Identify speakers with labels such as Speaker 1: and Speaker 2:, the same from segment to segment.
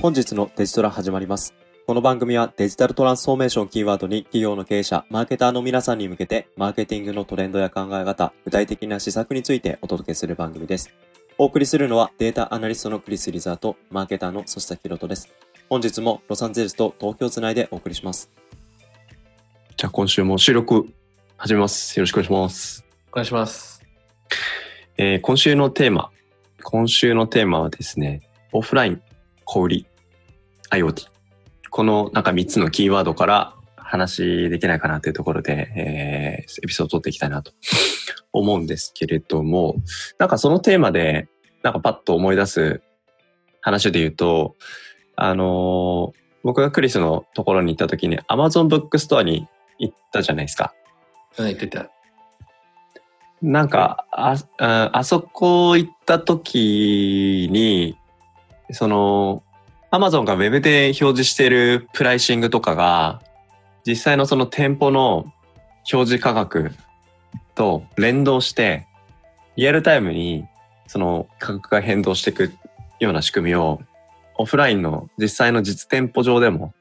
Speaker 1: 本日のデジトラ始まります。この番組はデジタルトランスフォーメーションキーワードに企業の経営者、マーケターの皆さんに向けて、マーケティングのトレンドや考え方、具体的な施策についてお届けする番組です。お送りするのはデータアナリストのクリス・リザーと、マーケターのソシタキロトです。本日もロサンゼルスと東京をつないでお送りします。じゃあ今週も収録始めます。よろしくお願いします。
Speaker 2: お願いします。
Speaker 1: えー今週のテーマ、今週のテーマはですね、オフライン、小売り、IoT。このなんか3つのキーワードから話できないかなというところで、えーエピソードを取っていきたいなと思うんですけれども、なんかそのテーマで、なんかパッと思い出す話で言うと、あのー僕がクリスのところに行った時に Amazon ブックストアに行ったじゃないですか。
Speaker 2: はい、出た。
Speaker 1: なんか、あ、ああそこ行った時に、その、アマゾンがウェブで表示しているプライシングとかが、実際のその店舗の表示価格と連動して、リアルタイムにその価格が変動していくような仕組みを、オフラインの実際の実店舗上でも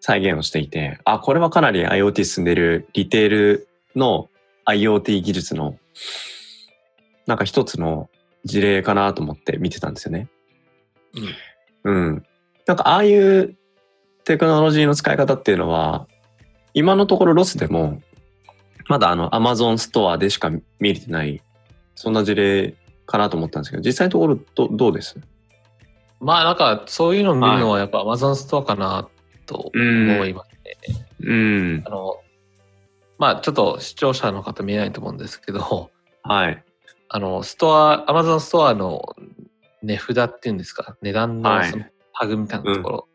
Speaker 1: 再現をしていて、あ、これはかなり IoT 進んでいるリテールの IoT 技術のなんか一つの事例かなと思って見てたんですよね。うん。なんかああいうテクノロジーの使い方っていうのは今のところロスでもまだあの Amazon ストアでしか見れてないそんな事例かなと思ったんですけど実際のところどどうです
Speaker 2: まあなんかそういうの見るのはやっぱ Amazon ストアかなと
Speaker 1: うん
Speaker 2: 思いますね。
Speaker 1: うん。
Speaker 2: あの、まあちょっと視聴者の方見えないと思うんですけど、
Speaker 1: はい。
Speaker 2: あの、ストア、Amazon ストアの値札っていうんですか、値段の
Speaker 1: はい
Speaker 2: そのタグみたいなところ、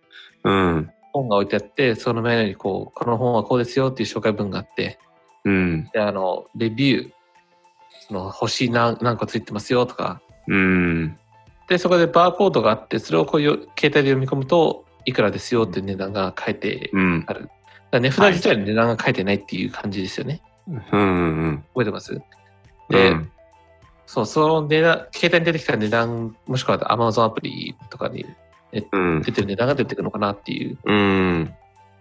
Speaker 1: うん。
Speaker 2: 本が置いてあって、その前にこう、この本はこうですよっていう紹介文があって、
Speaker 1: うん。
Speaker 2: で、あの、レビュー、その星何何個ついてますよとか、
Speaker 1: うん。
Speaker 2: で、そこでバーコードがあって、それをこうよ携帯で読み込むと、いくらですよっていう値段が書いて
Speaker 1: うん。
Speaker 2: ある。だから値札自体の値段が書いてないっていう感じですよね。
Speaker 1: うん。うん。
Speaker 2: 覚えてますで、
Speaker 1: うん
Speaker 2: そう、その値段、携帯に出てきた値段、もしくは Amazon アプリとかに
Speaker 1: うん。
Speaker 2: 出てる値段が出てくるのかなっていう。
Speaker 1: うん。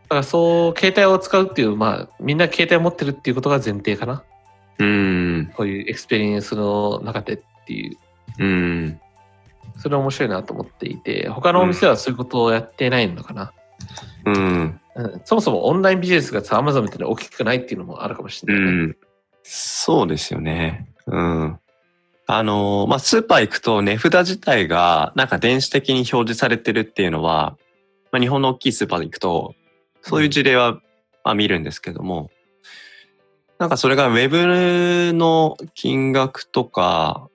Speaker 2: だからそう、携帯を使うっていう、まあ、みんな携帯を持ってるっていうことが前提かな。
Speaker 1: うん。
Speaker 2: こういうエクスペリエンスの中でっていう。
Speaker 1: うん。
Speaker 2: それ面白いなと思っていて、他のお店はそういうことをやってないのかな。
Speaker 1: うん。
Speaker 2: うんそもそもオンラインビジネスがさ、アマゾンみたいに大きくないっていうのもあるかもしれ
Speaker 1: う
Speaker 2: ないね。
Speaker 1: ん。そうですよね。うん。あのー、まあ、スーパー行くと値札自体がなんか電子的に表示されてるっていうのは、まあ、日本の大きいスーパー行くと、そういう事例は、まあ、見るんですけども、なんかそれがウェブの金額とか、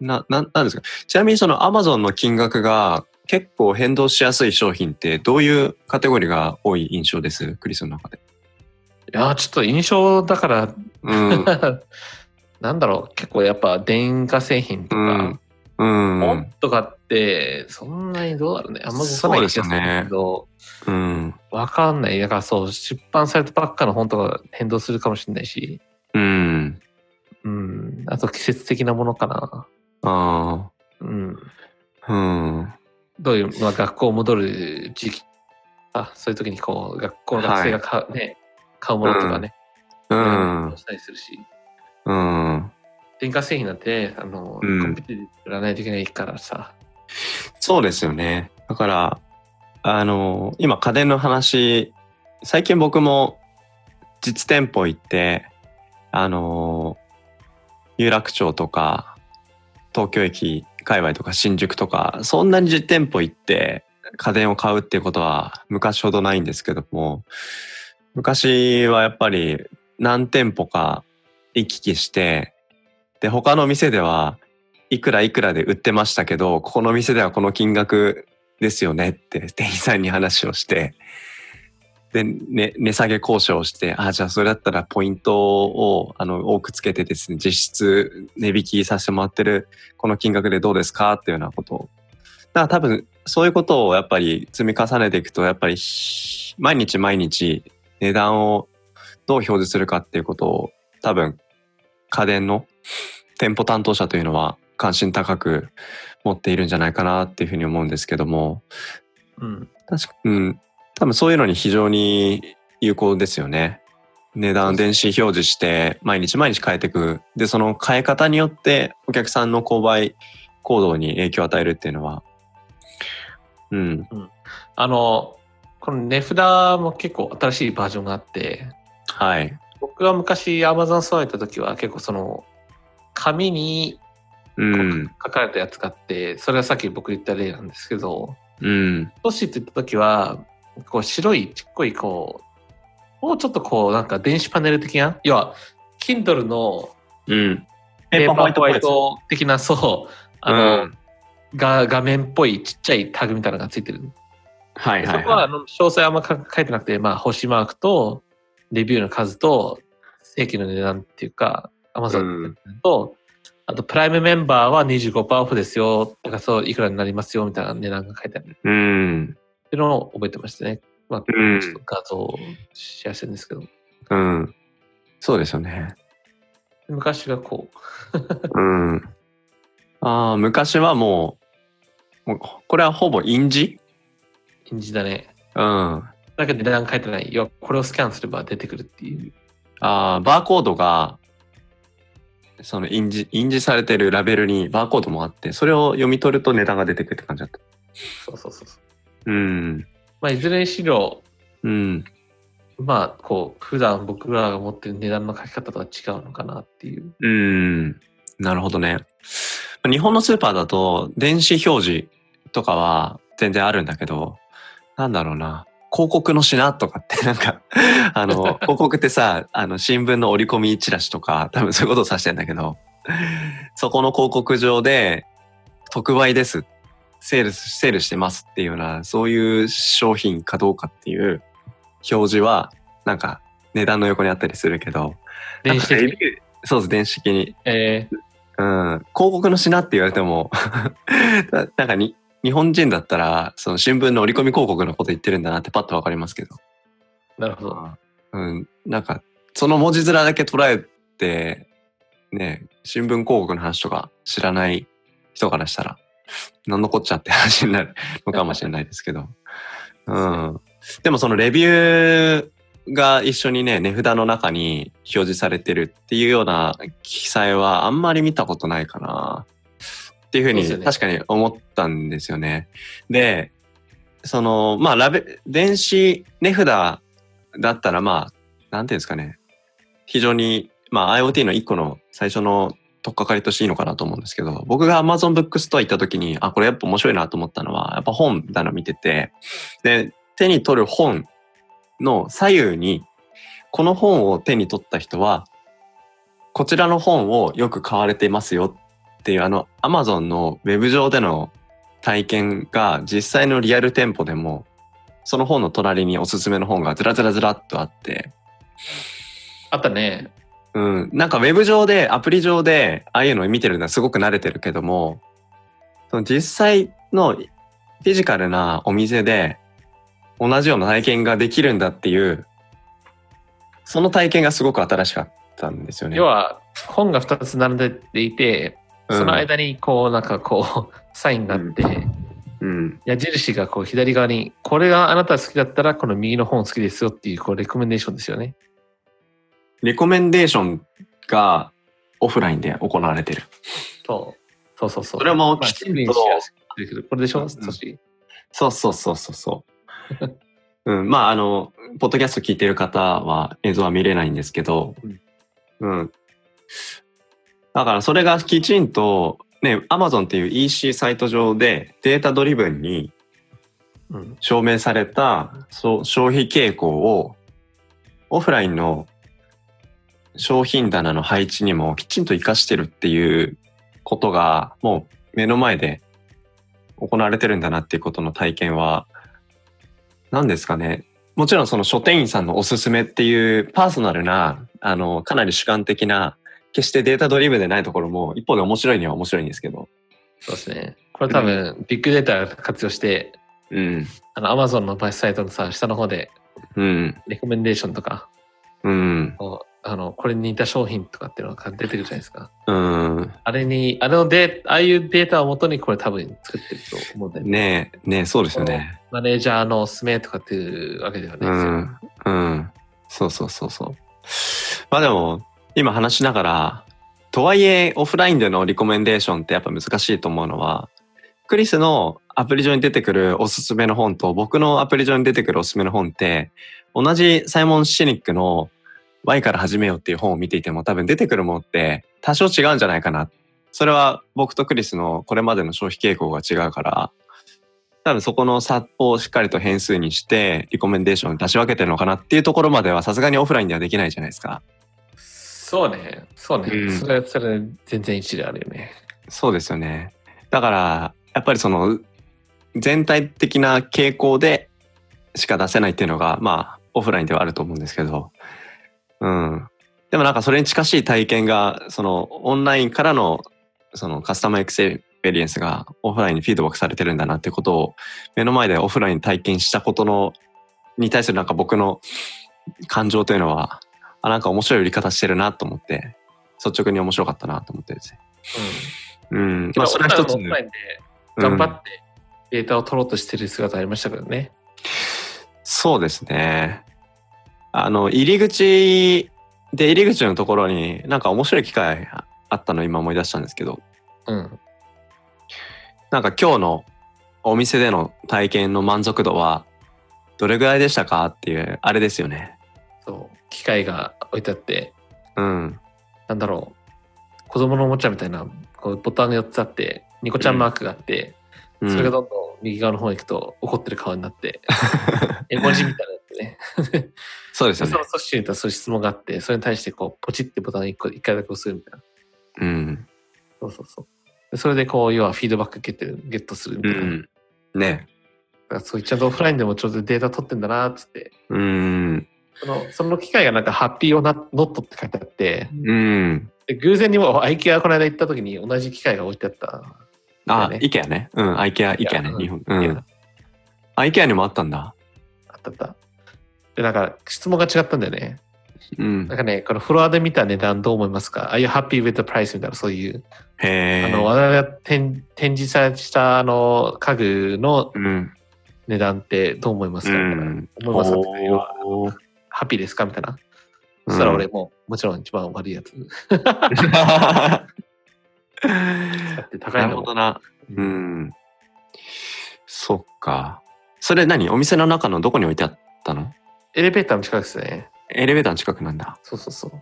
Speaker 1: な、ななんですかちなみにその Amazon の金額が結構変動しやすい商品ってどういうカテゴリーが多い印象ですクリスの中で。
Speaker 2: いやー、ちょっと印象だから、
Speaker 1: うん。
Speaker 2: なんだろう、結構やっぱ電化製品とか、
Speaker 1: うん。う
Speaker 2: 本
Speaker 1: ん。
Speaker 2: とかって、そんなにどうだろうね。あんま動かない気がするんだけど、
Speaker 1: うん。
Speaker 2: わかんない。だからそう、出版されたばっかの本とか変動するかもしれないし、
Speaker 1: うん。
Speaker 2: うん、あと季節的なものかな。
Speaker 1: あ
Speaker 2: うん、
Speaker 1: あ。うん。
Speaker 2: どういう、まあ、学校戻る時期、あ、そういう時にこう、学校の学生が買う,、ね、買うものとかね、
Speaker 1: う。
Speaker 2: うんしたりするし。
Speaker 1: うん。
Speaker 2: 電化製品なんてね、あの、
Speaker 1: うん
Speaker 2: コンピューターで売らないといけないからさ。
Speaker 1: そうですよね。だから、あの、今家電の話、最近僕も実店舗行って、あの、有楽町とか、東京駅界隈とか新宿とか、そんなに実店舗行って家電を買うっていうことは昔ほどないんですけども、昔はやっぱり何店舗か行き来して、で、他の店ではいくらいくらで売ってましたけど、ここの店ではこの金額ですよねって店員さんに話をして、で、ね、値下げ交渉をして、あ、じゃあそれだったらポイントをあの多くつけてですね、実質値引きさせてもらってるこの金額でどうですかっていうようなことを。だから多分そういうことをやっぱり積み重ねていくと、やっぱりひ毎日毎日値段をどう表示するかっていうことを多分家電の店舗担当者というのは関心高く持っているんじゃないかなっていうふうに思うんですけども、
Speaker 2: うん。
Speaker 1: 確か、うん、多分そういうのに非常に有効ですよね。値段電子表示して毎日毎日変えていく。で、その変え方によってお客さんの購買行動に影響を与えるっていうのは、うん、
Speaker 2: あの、この値札も結構新しいバージョンがあって、
Speaker 1: はい、
Speaker 2: 僕は昔 Amazon ストア行った時は結構その、紙に
Speaker 1: うん、
Speaker 2: 書かれたやつがあって、それはさっき僕言った例なんですけど、
Speaker 1: うん、
Speaker 2: 都市って言った時は、こう白いちっこいこう、もうちょっとこうなんか電子パネル的な、要は、Kindle の
Speaker 1: うん。
Speaker 2: ペーパーホワイト
Speaker 1: っぽいやつ
Speaker 2: 的な、そう、あの、が画面っぽいちっちゃいタグみたいなのがついてる。
Speaker 1: はいは
Speaker 2: そ
Speaker 1: い
Speaker 2: こは
Speaker 1: は
Speaker 2: あの詳細はあんま書書いてなくて、まあ、星マークと、レビューの数と、正規の値段っていうか、アマ
Speaker 1: い。う
Speaker 2: ゾン
Speaker 1: ん、
Speaker 2: と、あと、プライムメンバーは25%オフですよ、だからそう、いくらになりますよ、みたいな値段が書いてあるっ
Speaker 1: うん、
Speaker 2: ていうのを覚えてましたね。まあ、
Speaker 1: うん
Speaker 2: ちょっと画像をシェアしてるんですけど、
Speaker 1: うん。そうですよね。
Speaker 2: 昔がこう、
Speaker 1: うん。ああ、昔はもう、もうこれはほぼ印字
Speaker 2: 印字だね。
Speaker 1: うん。あ
Speaker 2: だけど値段書いてない。要は、これをスキャンすれば出てくるっていう。
Speaker 1: あ、バーコードが、その印字、印字されてるラベルにバーコードもあって、それを読み取ると値段が出てくるって感じだった。
Speaker 2: そうそうそうそう。
Speaker 1: うん。
Speaker 2: まあ、いずれにしろ、
Speaker 1: うん。
Speaker 2: まあ、こう、普段僕らが持ってる値段の書き方とは違うのかなっていう。
Speaker 1: うん。なるほどね。日本のスーパーだと、電子表示とかは全然あるんだけど、なんだろうな。広告の品とかって、 なんか、あの、広告ってさ、あの、新聞の折り込みチラシとか、多分そういうことを指してんだけど、そこの広告上で、特売です。セールス、セールしてますっていうような、そういう商品かどうかっていう表示は、なんか、値段の横にあったりするけど、
Speaker 2: 電子的
Speaker 1: なんか
Speaker 2: に。
Speaker 1: レビューそうです、電子的に。
Speaker 2: えー
Speaker 1: うん。広告の品って言われても、 ななんかに、日本人だったら、その新聞の折り込み広告のこと言ってるんだなってパッとわかりますけど。
Speaker 2: なるほど。
Speaker 1: うん。なんか、その文字面だけ捉えて、ね、新聞広告の話とか知らない人からしたら、なんのこっちゃって話になるのかもしれないですけど。うん。でもそのレビューが一緒にね、値札の中に表示されてるっていうような記載はあんまり見たことないかな。っていうふう
Speaker 2: そうですよ
Speaker 1: に
Speaker 2: ね
Speaker 1: 確かに思ったんですよね。で、その、まあ、ラベ、電子値札だったら、まあ、なんていうんですかね。非常に、まあ、IoT の一個の最初の取っかかりとしていいのかなと思うんですけど、僕が Amazon ブックストア行った時に、あ、これやっぱ面白いなと思ったのは、やっぱ本棚見てて、で、手に取る本の左右に、この本を手に取った人は、こちらの本をよく買われていますよっていう、あの、Amazon のウェブ上での体験が実際のリアル店舗でも、その本の隣におすすめの本がずらずらずらっとあって、
Speaker 2: あったね。
Speaker 1: うん。なんかウェブ上で、アプリ上で、ああいうのを見てるのはすごく慣れてるけども、その実際のフィジカルなお店で同じような体験ができるんだっていう、その体験がすごく新しかったんですよね。
Speaker 2: 要は、本が2つ並んでいて、
Speaker 1: うん
Speaker 2: その間にこう、なんかこう、 サインがあって、
Speaker 1: うん。
Speaker 2: 矢印がこう左側に、これがあなた好きだったら、この右の本好きですよっていう、こう、レコメンデーションですよね。
Speaker 1: レコメンデーションがオフラインで行われてる。
Speaker 2: そう。そうそうそう。
Speaker 1: それも
Speaker 2: まあ
Speaker 1: きちんと
Speaker 2: シェアしてるけどこれでし
Speaker 1: う
Speaker 2: ょ、
Speaker 1: ん
Speaker 2: 少し。
Speaker 1: そうそうそうそうそう。 うん、まああの、ポッドキャスト聞いてる方は映像は見れないんですけど、うん。だからそれがきちんと、ね、Amazon っていう EC サイト上でデータドリブンに
Speaker 2: うん。
Speaker 1: 証明されたそう消費傾向をオフラインの商品棚の配置にもきちんと活かしてるっていうことがもう目の前で行われてるんだなっていうことの体験は何ですかねもちろんその書店員さんのおすすめっていうパーソナルなあのかなり主観的な決してデータドリブンでないところも一方で面白いには面白いんですけど。
Speaker 2: そうですね。これ多分、ビッグデータ活用して、
Speaker 1: うん。
Speaker 2: あの、Amazon のサイトのさ、下の方で、
Speaker 1: うん。
Speaker 2: レコメンデーションとか、
Speaker 1: うん。
Speaker 2: こうあの、これに似た商品とかっていうのが出てくるじゃないですか。
Speaker 1: うん。
Speaker 2: あれに、あれのデータ、ああいうデータを元にこれ多分作ってると思うんだよね。
Speaker 1: ねえ、ねえ、そうですよね。
Speaker 2: マネージャーのすめとかっていうわけではな
Speaker 1: う
Speaker 2: いですよ。
Speaker 1: ん。うん。そうそうそうそう。まあでも、今話しながら、とはいえ、オフラインでのリコメンデーションってやっぱ難しいと思うのは、クリスのアプリ上に出てくるおすすめの本と、僕のアプリ上に出てくるおすすめの本って、同じサイモン・シニックの Y から始めようっていう本を見ていても多分出てくるものって多少違うんじゃないかな。それは僕とクリスのこれまでの消費傾向が違うから、多分そこの差をしっかりと変数にして、リコメンデーションを出し分けてるのかなっていうところまではさすがにオフラインではできないじゃないですか。
Speaker 2: そうね。そうね。
Speaker 1: うん
Speaker 2: それ、それ、全然一理あるよね。
Speaker 1: そうですよね。だから、やっぱりその、全体的な傾向でしか出せないっていうのが、まあ、オフラインではあると思うんですけど、うん。でもなんかそれに近しい体験が、その、オンラインからの、そのカスタマーエクセペリエンスがオフラインにフィードバックされてるんだなってことを、目の前でオフライン体験したことの、に対するなんか僕の感情というのは、あ、なんか面白い売り方してるなと思って、率直に面白かったなと思ってですね。うん。
Speaker 2: うん。
Speaker 1: まあ、それは一つ
Speaker 2: オフラインで頑張ってデータを取ろうとしてる姿ありましたけどね。
Speaker 1: そうですね。あの、入り口で、入り口のところになんか面白い機会あったの今思い出したんですけど、
Speaker 2: うん。
Speaker 1: なんか今日のお店での体験の満足度はどれぐらいでしたかっていう、あれですよね。
Speaker 2: そう。機械が置いてあって、
Speaker 1: うん。
Speaker 2: なんだろう。子供のおもちゃみたいな、こうボタンが4つあって、ニコちゃんマークがあって、
Speaker 1: うん
Speaker 2: それがどんどん右側の方に行くと怒ってる顔にな って、絵文字みたいなやつね。
Speaker 1: そうです
Speaker 2: そ
Speaker 1: よ
Speaker 2: の
Speaker 1: ね。
Speaker 2: 組織にとそういう質問があって、それに対してこう、ポチってボタン1個、1回だけ押すみたいな。
Speaker 1: うん。
Speaker 2: そうそうそう。でそれでこう、要はフィードバックゲットゲットするみ
Speaker 1: う
Speaker 2: たいな。
Speaker 1: ん。ね。
Speaker 2: だからそういっちゃんとオフラインでもちょうどデータ取ってんだなっつって
Speaker 1: うん。
Speaker 2: そのその機械がなんかハッピーオナノットって書いてあって
Speaker 1: うん。
Speaker 2: で偶然にも IKEA この間行った時に同じ機械が置いてあった、
Speaker 1: あ、
Speaker 2: だよね
Speaker 1: IKEA ね。うん、IKEA、IKEA ね。
Speaker 2: うん
Speaker 1: 日本。う。
Speaker 2: うん
Speaker 1: IKEA にもあったんだ。
Speaker 2: あったあったでなんか質問が違ったんだよね
Speaker 1: うん
Speaker 2: なん。かねこのフロアで見た値段どう思いますかああいうハッピーウェットプライスみたいなそういう、
Speaker 1: へえ。
Speaker 2: あの我々が展展示されたあの家具の
Speaker 1: うん。
Speaker 2: 値段ってどう思いますかみたいな、
Speaker 1: うん
Speaker 2: 思いますかっていうのは
Speaker 1: おー
Speaker 2: ハッピーですかみたいな
Speaker 1: うん
Speaker 2: そしたら俺もうもちろん一番悪いやつだって 高い
Speaker 1: なる
Speaker 2: の
Speaker 1: ほ
Speaker 2: も
Speaker 1: どな。うん。そっか。それ何お店の中のどこに置いてあったの
Speaker 2: エレベーターの近くですね
Speaker 1: エレベーターの近くなんだ。
Speaker 2: そうそうそう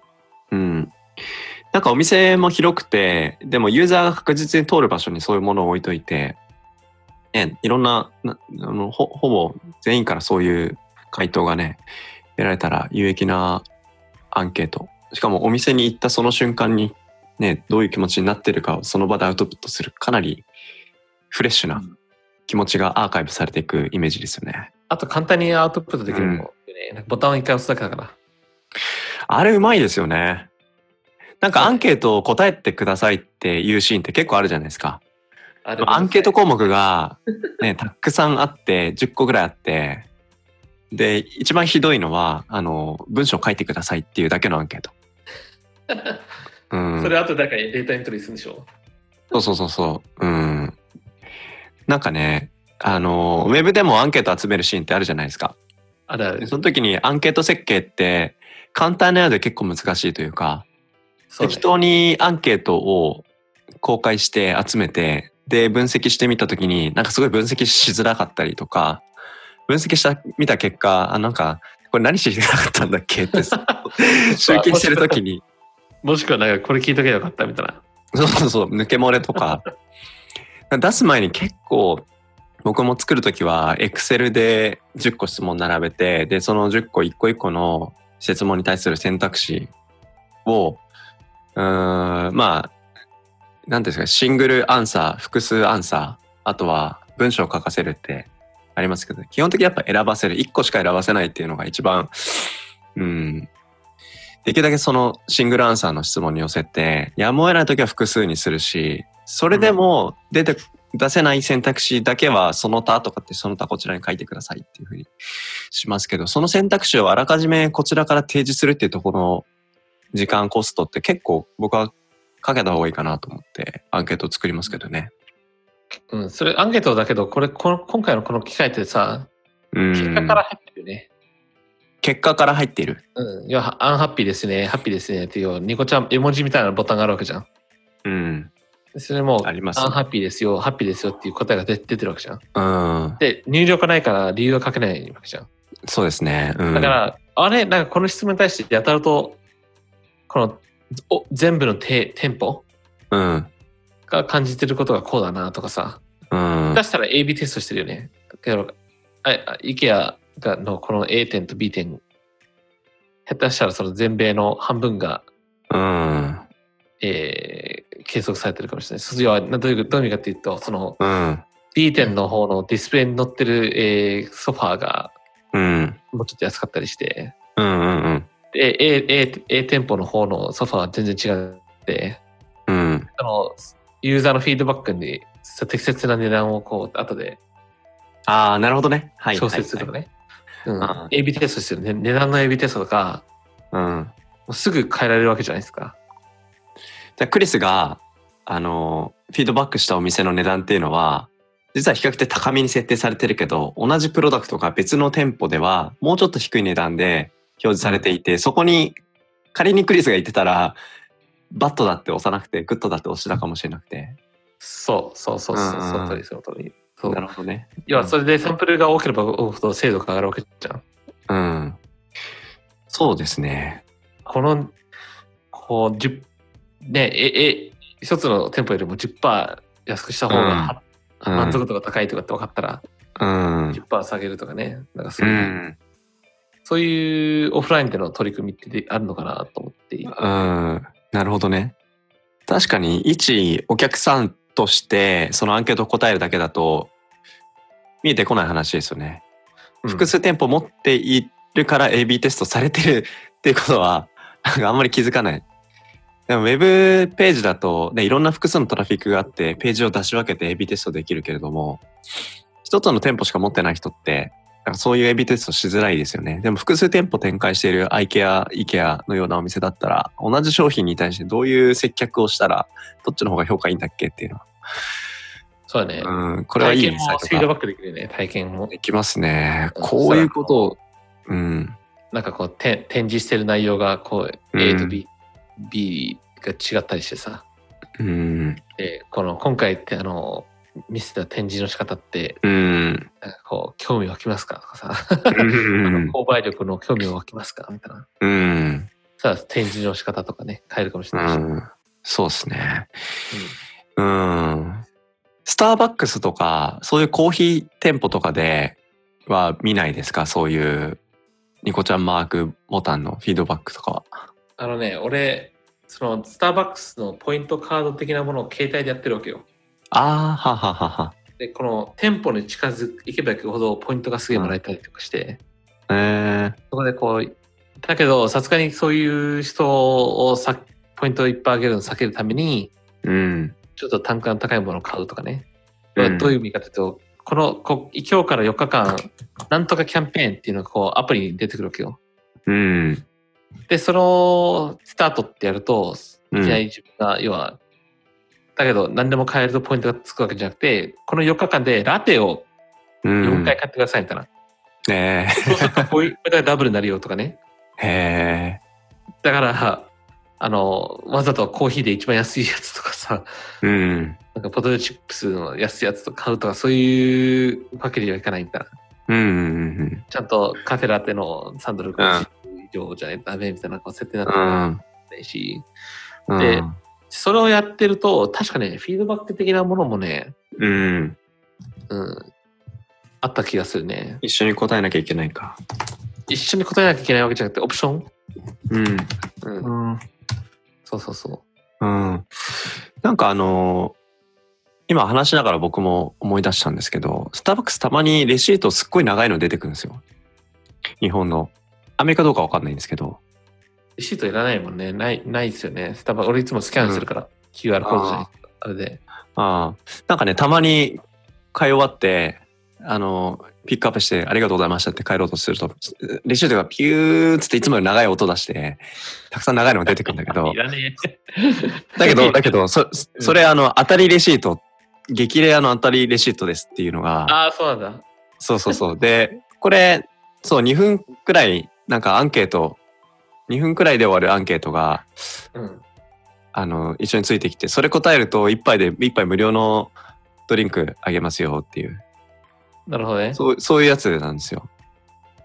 Speaker 1: うん。なんかお店も広くて、でもユーザーが確実に通る場所にそういうものを置いといて、ね、いろんななあのほ、ほぼ全員からそういう回答がね、得られたら有益なアンケート。しかもお店に行ったその瞬間に、ね、どういう気持ちになってるかをその場でアウトプットする、かなりフレッシュな気持ちがアーカイブされていくイメージですよね。
Speaker 2: あと簡単にアウトプットできるのもいいね、なんかボタンを一回押すだけだから。
Speaker 1: あれうまいですよね。なんかアンケートを答えてくださいっていうシーンって結構あるじゃないですか。
Speaker 2: あ
Speaker 1: アンケート項目が、ね、たくさんあって、10個ぐらいあって、で、一番ひどいのは、あの、文章書いてくださいっていうだけのアンケート。うん。
Speaker 2: それあとだからデータエントリーするんでしょ
Speaker 1: そうそうそうそう。うん。なんかね、あの、ウェブでもアンケート集めるシーンってあるじゃないですか。
Speaker 2: あるあ
Speaker 1: で
Speaker 2: る。
Speaker 1: その時にアンケート設計って、簡単なようで結構難しいというか、
Speaker 2: そうね
Speaker 1: 適当にアンケートを公開して集めてで分析してみた時になんかすごい分析しづらかったりとか分析した見た結果あなんかこれ何しづらかったんだっけって 集計してる時に
Speaker 2: もしくはなんかこれ聞いとけばよかったみたいな。
Speaker 1: そうそうそう抜け漏れとか出す前に結構僕も作る時は Excel で10個質問並べてでその10個一個一個の質問に対する選択肢をうーんまあ何ていうんですかシングルアンサー複数アンサーあとは文章を書かせるってありますけど基本的にやっぱ選ばせる1個しか選ばせないっていうのが一番うんできるだけそのシングルアンサーの質問に寄せてやむを得ない時は複数にするしそれでも出て、出せない選択肢だけはその他とかってその他こちらに書いてくださいっていうふうにしますけどその選択肢をあらかじめこちらから提示するっていうところ時間コストって結構僕はかけた方がいいかなと思ってアンケート作りますけどね。
Speaker 2: うん、それアンケートだけど、これ、この今回のこの機会ってさ、
Speaker 1: うん。
Speaker 2: 結果から入ってるよね。
Speaker 1: 結果から入っている。
Speaker 2: うん。要は、アンハッピーですね、ハッピーですねっていう、ニコちゃん絵文字みたいなボタンがあるわけじゃん。
Speaker 1: うん。
Speaker 2: でそれも、
Speaker 1: あります
Speaker 2: アンハッピーですよ、ハッピーですよっていう答えが出出てるわけじゃん。
Speaker 1: うん。
Speaker 2: で、入力ないから理由は書けないわけじゃん。
Speaker 1: そうですね。うん。
Speaker 2: だから、あれ、なんかこの質問に対してやたらと、このお全部のテテンポ
Speaker 1: うん。
Speaker 2: が感じてることがこうだなとかさ、
Speaker 1: うん
Speaker 2: 出。したら AB テストしてるよね。けど、ああ IKEA がのこの A 点と B 点、下手したらその全米の半分が、
Speaker 1: うん。
Speaker 2: えー計測されてるかもしれない。卒業はなどういうどういう意味かっていうと、その
Speaker 1: うん。
Speaker 2: B 点の方のディスプレイに載ってる、えーソファーが
Speaker 1: うん。
Speaker 2: もうちょっと安かったりして、
Speaker 1: うんうんうん。
Speaker 2: で A, A, A 店舗の方のソファーは全然違って、
Speaker 1: うん。
Speaker 2: そのユーザーのフィードバックに適切な値段をこう後で
Speaker 1: ああ、なるほどね。はい。
Speaker 2: 調節するとかね。うん
Speaker 1: ああ
Speaker 2: AB テストしてる、ね、値段の AB テストとか、
Speaker 1: はいはい。うん。
Speaker 2: もうすぐ変えられるわけじゃないですか。
Speaker 1: じゃあクリスが、あの、フィードバックしたお店の値段っていうのは、実は比較的高めに設定されてるけど、同じプロダクトが別の店舗では、もうちょっと低い値段で表示されていて、そこに、仮にクリスが言ってたら、バットだって押さなくて、グッドだって押したかもしれなくて。
Speaker 2: そうそうそう
Speaker 1: う
Speaker 2: そ
Speaker 1: ん
Speaker 2: う、
Speaker 1: うん
Speaker 2: その通り、その通り。そう
Speaker 1: なるほどね。
Speaker 2: 要はそれでサンプルが多ければ多くほど精度が上がるわけじゃん。
Speaker 1: うん。そうですね。
Speaker 2: この、こう、10ね、え、え、一つの店舗よりも10%安くした方が
Speaker 1: うん
Speaker 2: 満足度が高いとかって分かったら、
Speaker 1: うん。
Speaker 2: 10%下げるとかね、なんかそう
Speaker 1: う
Speaker 2: いう、
Speaker 1: ん。
Speaker 2: そういうオフラインでの取り組みってであるのかなと思って今。
Speaker 1: うん、なるほどね。確かに、一お客さんとして、そのアンケートを答えるだけだと、見えてこない話ですよね。
Speaker 2: うん
Speaker 1: 複数店舗持っているから AB テストされてるっていうことは、なんかあんまり気づかない。でも、ウェブページだと、ね、いろんな複数のトラフィックがあって、ページを出し分けて AB テストできるけれども、一つの店舗しか持ってない人って、なんかそういう AB テストしづらいですよね。でも複数店舗展開している IKEA、IKEA のようなお店だったら、同じ商品に対してどういう接客をしたら、どっちの方が評価いいんだっけっていうの
Speaker 2: そうだね。
Speaker 1: は。うん、これは
Speaker 2: 体
Speaker 1: いい
Speaker 2: 験
Speaker 1: インサイ
Speaker 2: も
Speaker 1: ト
Speaker 2: フィード
Speaker 1: が
Speaker 2: バックできるよね、体験も。
Speaker 1: できますね。
Speaker 2: うん
Speaker 1: こういうことを、うん、
Speaker 2: なんかこう、て展示してる内容が、こう、
Speaker 1: うん
Speaker 2: A と B、B が違ったりしてさ。
Speaker 1: うん、
Speaker 2: で、この、今回ってあの、見せた展示の仕方って、
Speaker 1: うん、
Speaker 2: なんかこう、興味湧きますかとかさ、
Speaker 1: う
Speaker 2: あの
Speaker 1: ん
Speaker 2: 購買力の興味湧きますかみたいな。
Speaker 1: うん、
Speaker 2: さあ、展示の仕方とかね、変えるかもし
Speaker 1: う
Speaker 2: れないし。
Speaker 1: ん、そうですね。う
Speaker 2: うん
Speaker 1: ん。スターバックスとか、そういうコーヒー店舗とかでは見ないですかそういう、ニコちゃんマークボタンのフィードバックとかは。
Speaker 2: あのね、俺、そのスターバックスのポイントカード的なものを携帯でやってるわけよ。
Speaker 1: ああ、はははは。
Speaker 2: で、この店舗に近づいけば行くほどポイントがすげえもらえたりとかして、
Speaker 1: え
Speaker 2: そこでこう、だけど、さすがにそういう人をさポイントをいっぱいあげるのを避けるために、
Speaker 1: えうん。
Speaker 2: ちょっと単価の高いものを買うとかね。
Speaker 1: うん
Speaker 2: どういう意味かというと、このこ今日から4日間、なんとかキャンペーンっていうのがこうアプリに出てくるわけよ。
Speaker 1: うん。
Speaker 2: で、そのスタートってやると、い
Speaker 1: うん
Speaker 2: きなり自分が、要は、だけど何でも買えるとポイントがつくわけじゃなくて、この4日間でラテを
Speaker 1: うん。
Speaker 2: 4回買ってくださいみたいな。
Speaker 1: え
Speaker 2: そうするとポイントがダブルになるよとかね。
Speaker 1: え。へ
Speaker 2: だから、あの、わざとコーヒーで一番安いやつとかさ、
Speaker 1: え。うん。
Speaker 2: なんかポテトチップスの安いやつとか買うとか、そういうわけにはいかないんだな。
Speaker 1: うんうん。
Speaker 2: ちゃんとカフェラテの3ドル50以上じゃないとダメみたいなこう設定になって
Speaker 1: う。
Speaker 2: なんいし、
Speaker 1: うん。
Speaker 2: でそれをやってると、確かね、フィードバック的なものもね、
Speaker 1: うん。
Speaker 2: うん。あった気がするね。
Speaker 1: 一緒に答えなきゃいけないか。
Speaker 2: 一緒に答えなきゃいけないわけじゃなくて、オプション
Speaker 1: うん。
Speaker 2: うん。そうそうそう。
Speaker 1: うん。なんかあの今話しながら僕も思い出したんですけど、スターバックスたまにレシートすっごい長いの出てくるんですよ。日本の。アメリカどうかわかんないんですけど。
Speaker 2: レシートいらないもんね。ない、ないですよね。スタバ、俺いつもスキャンするから、QR コードじゃないですか。あれで。
Speaker 1: ああなんかね、たまに買い終わって、あのピックアップして、ありがとうございましたって帰ろうとすると、レシートがピューっつっていつもより長い音出して、たくさん長いのが出てくるんだけ ど
Speaker 2: い、らねえ。
Speaker 1: だけど、だけど、そ、それあの、当たりレシート、激レアの当たりレシートですっていうのが、
Speaker 2: ああ、そうなんだ。
Speaker 1: そうそうそう。で、これ、そう、2分くらい、なんかアンケート、2分くらいで終わるアンケートが、
Speaker 2: うん。
Speaker 1: あの、一緒についてきて、それ答えると、1杯で、1杯無料のドリンクあげますよっていう、
Speaker 2: なるほどね。
Speaker 1: そう、そういうやつなんですよ。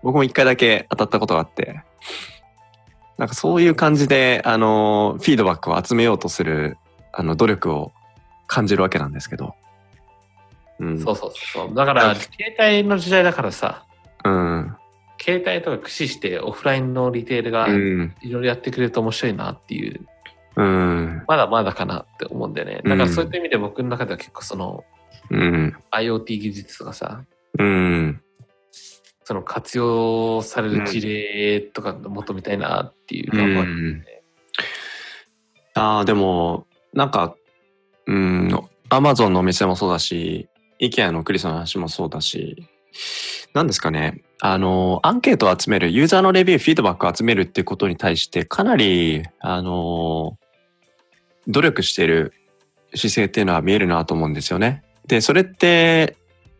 Speaker 1: 僕も1回だけ当たったことがあって、なんかそういう感じで、あの、フィードバックを集めようとする、あの、努力を感じるわけなんですけど。うん。
Speaker 2: そうそうそうそう。だから、携帯の時代だからさ、
Speaker 1: うん。
Speaker 2: 携帯とか駆使してオフラインのリテールが
Speaker 1: うん。
Speaker 2: いろいろやってくれると面白いなっていう、
Speaker 1: うん。
Speaker 2: まだまだかなって思うんだよね。だからそういった意味で僕の中では結構その
Speaker 1: うん。
Speaker 2: IoT 技術とかさ、
Speaker 1: うん。
Speaker 2: その活用される事例とか求めたいなっていうのは思う
Speaker 1: ああでもなんかうんアマゾンのお店もそうだし IKEA のクリスの話もそうだし何ですかねあのアンケートを集めるユーザーのレビューフィードバックを集めるっていうことに対してかなりあの努力してる姿勢っていうのは見えるなと思うんですよね。でそれって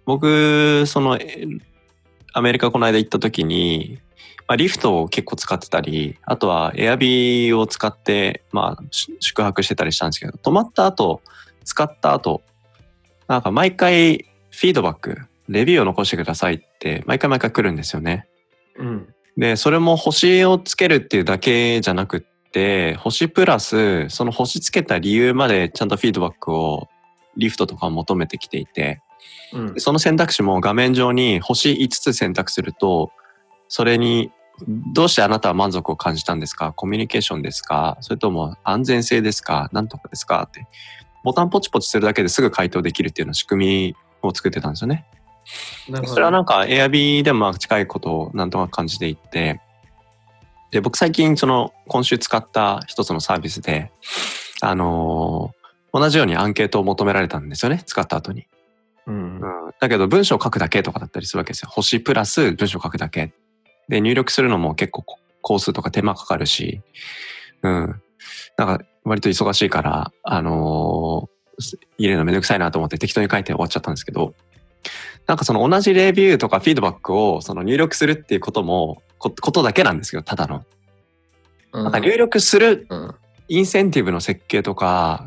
Speaker 1: 僕そのえアメリカこの間行った時にまあ、リフトを結構使ってたり、あとはエアビーを使って、まあ、し宿泊してたりしたんですけど、泊まった後、使った後、なんか毎回フィードバック、レビューを残してくださいって、毎回毎回来るんですよね。
Speaker 2: うん。
Speaker 1: で、それも星をつけるっていうだけじゃなくって、星プラス、その星つけた理由までちゃんとフィードバックをリフトとか求めてきていて、
Speaker 2: うん。
Speaker 1: その選択肢も画面上に星5つ選択すると、それに、どうしてあなたは満足を感じたんですかコミュニケーションですかそれとも安全性ですかなんとかですかって。ボタンポチポチするだけですぐ回答できるっていうような仕組みを作ってたんですよね。
Speaker 2: なるほど
Speaker 1: それはなんか Airb でもまあ近いことをなんとか感じていて、で、僕最近その今週使った一つのサービスで、あのー同じようにアンケートを求められたんですよね。使った後に。
Speaker 2: うん。
Speaker 1: うんだけど文章を書くだけとかだったりするわけですよ。星プラス文章を書くだけ。で、入力するのも結構こ工数とか手間かかるし、うん。なんか割と忙しいから、あのーす入れるのめんどくさいなと思って適当に書いて終わっちゃったんですけど、なんかその同じレビューとかフィードバックをその入力するっていうことも、こことだけなんですけど、ただの。
Speaker 2: うん
Speaker 1: なんか入力する
Speaker 2: うん
Speaker 1: インセンティブの設計とか、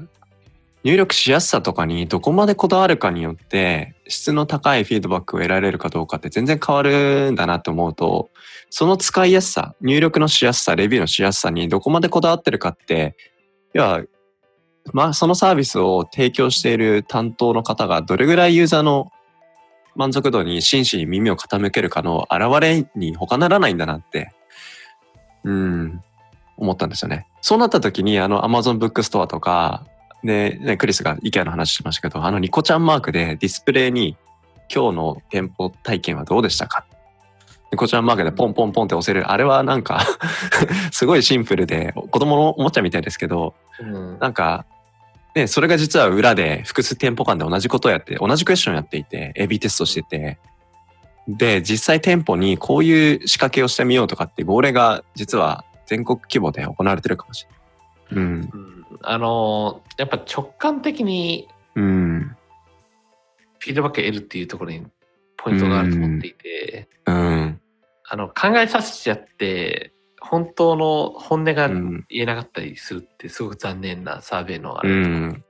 Speaker 1: 入力しやすさとかにどこまでこだわるかによって、質の高いフィードバックを得られるかどうかって全然変わるんだなと思うと、その使いやすさ、入力のしやすさ、レビューのしやすさにどこまでこだわってるかって、要は、まあ、そのサービスを提供している担当の方がどれぐらいユーザーの満足度に真摯に耳を傾けるかの表れに他ならないんだなって、うん、思ったんですよね。そうなった時に、あの、Amazon ブックストアとか、で、ね、クリスが IKEA の話しましたけど、あのニコちゃんマークでディスプレイに、今日の店舗体験はどうでしたかニコちゃんマークでポンポンポンって押せる。あれはなんか、 すごいシンプルで、子供のおもちゃみたいですけど、
Speaker 2: うん
Speaker 1: なんか、ね、それが実は裏で複数店舗間で同じことをやって、同じクエスチョンやっていて、AB テストしてて、で、実際店舗にこういう仕掛けをしてみようとかって号令が実は全国規模で行われてるかもしれない。うん。
Speaker 2: うんあのーやっぱ直感的に
Speaker 1: うん。
Speaker 2: フィードバックを得るっていうところにポイントがあると思っていて、
Speaker 1: うん。
Speaker 2: あの考えさせちゃって本当の本音が
Speaker 1: うん。
Speaker 2: 言えなかったりするってすごく残念なサーベイのあ
Speaker 1: う
Speaker 2: れだと思うんだけ
Speaker 1: ん。
Speaker 2: ど、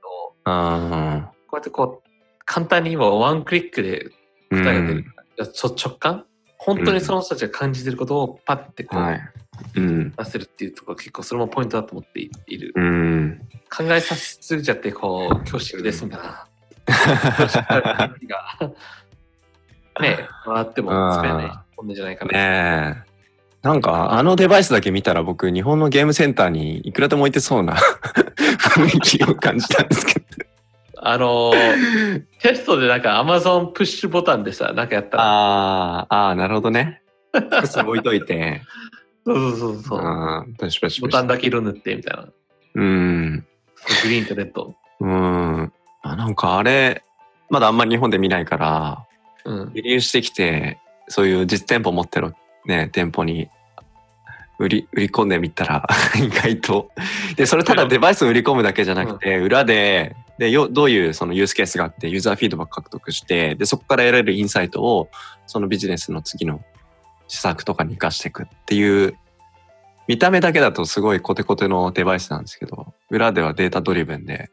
Speaker 1: あ
Speaker 2: こうやってこう簡単に今ワンクリックで
Speaker 1: ーう
Speaker 2: 答えが出る
Speaker 1: ん。
Speaker 2: から、ちょ直感本当にその人たちが感じてることをパッてこう、
Speaker 1: はい。うん。
Speaker 2: 出せるっていうところ結構それもポイントだと思っている。
Speaker 1: うん。
Speaker 2: 考えさせすぎちゃってこう恐縮ですみたいな。 がね笑っても使えない本音じゃないかな。
Speaker 1: ねえ。なんか、あのデバイスだけ見たら僕、日本のゲームセンターにいくらでも置いてそうな 雰囲気を感じたんですけど。
Speaker 2: あのーテストでなんか Amazon プッシュボタンでさなんかやったら
Speaker 1: あーあー、なるほど ね。複数置いといて、
Speaker 2: そうそうそうそう
Speaker 1: うん、パシパシ
Speaker 2: ボ
Speaker 1: パ
Speaker 2: タ
Speaker 1: シ
Speaker 2: ン。だけ色塗ってみたいな
Speaker 1: うん。
Speaker 2: グリーンとレッド。
Speaker 1: うん。あなんかあれ、まだあんまり日本で見ないから、
Speaker 2: うん。
Speaker 1: 輸入してきて、そういう実店舗持ってるね、店舗に売り、売り込んでみたら、 意外と。で、それただデバイス売り込むだけじゃなくて、裏で、で、よ、どういうそのユースケースがあって、ユーザーフィードバック獲得して、で、そこから得られるインサイトを、そのビジネスの次の施策とかに活かしていくっていう、見た目だけだとすごいコテコテのデバイスなんですけど、裏ではデータドリブンで、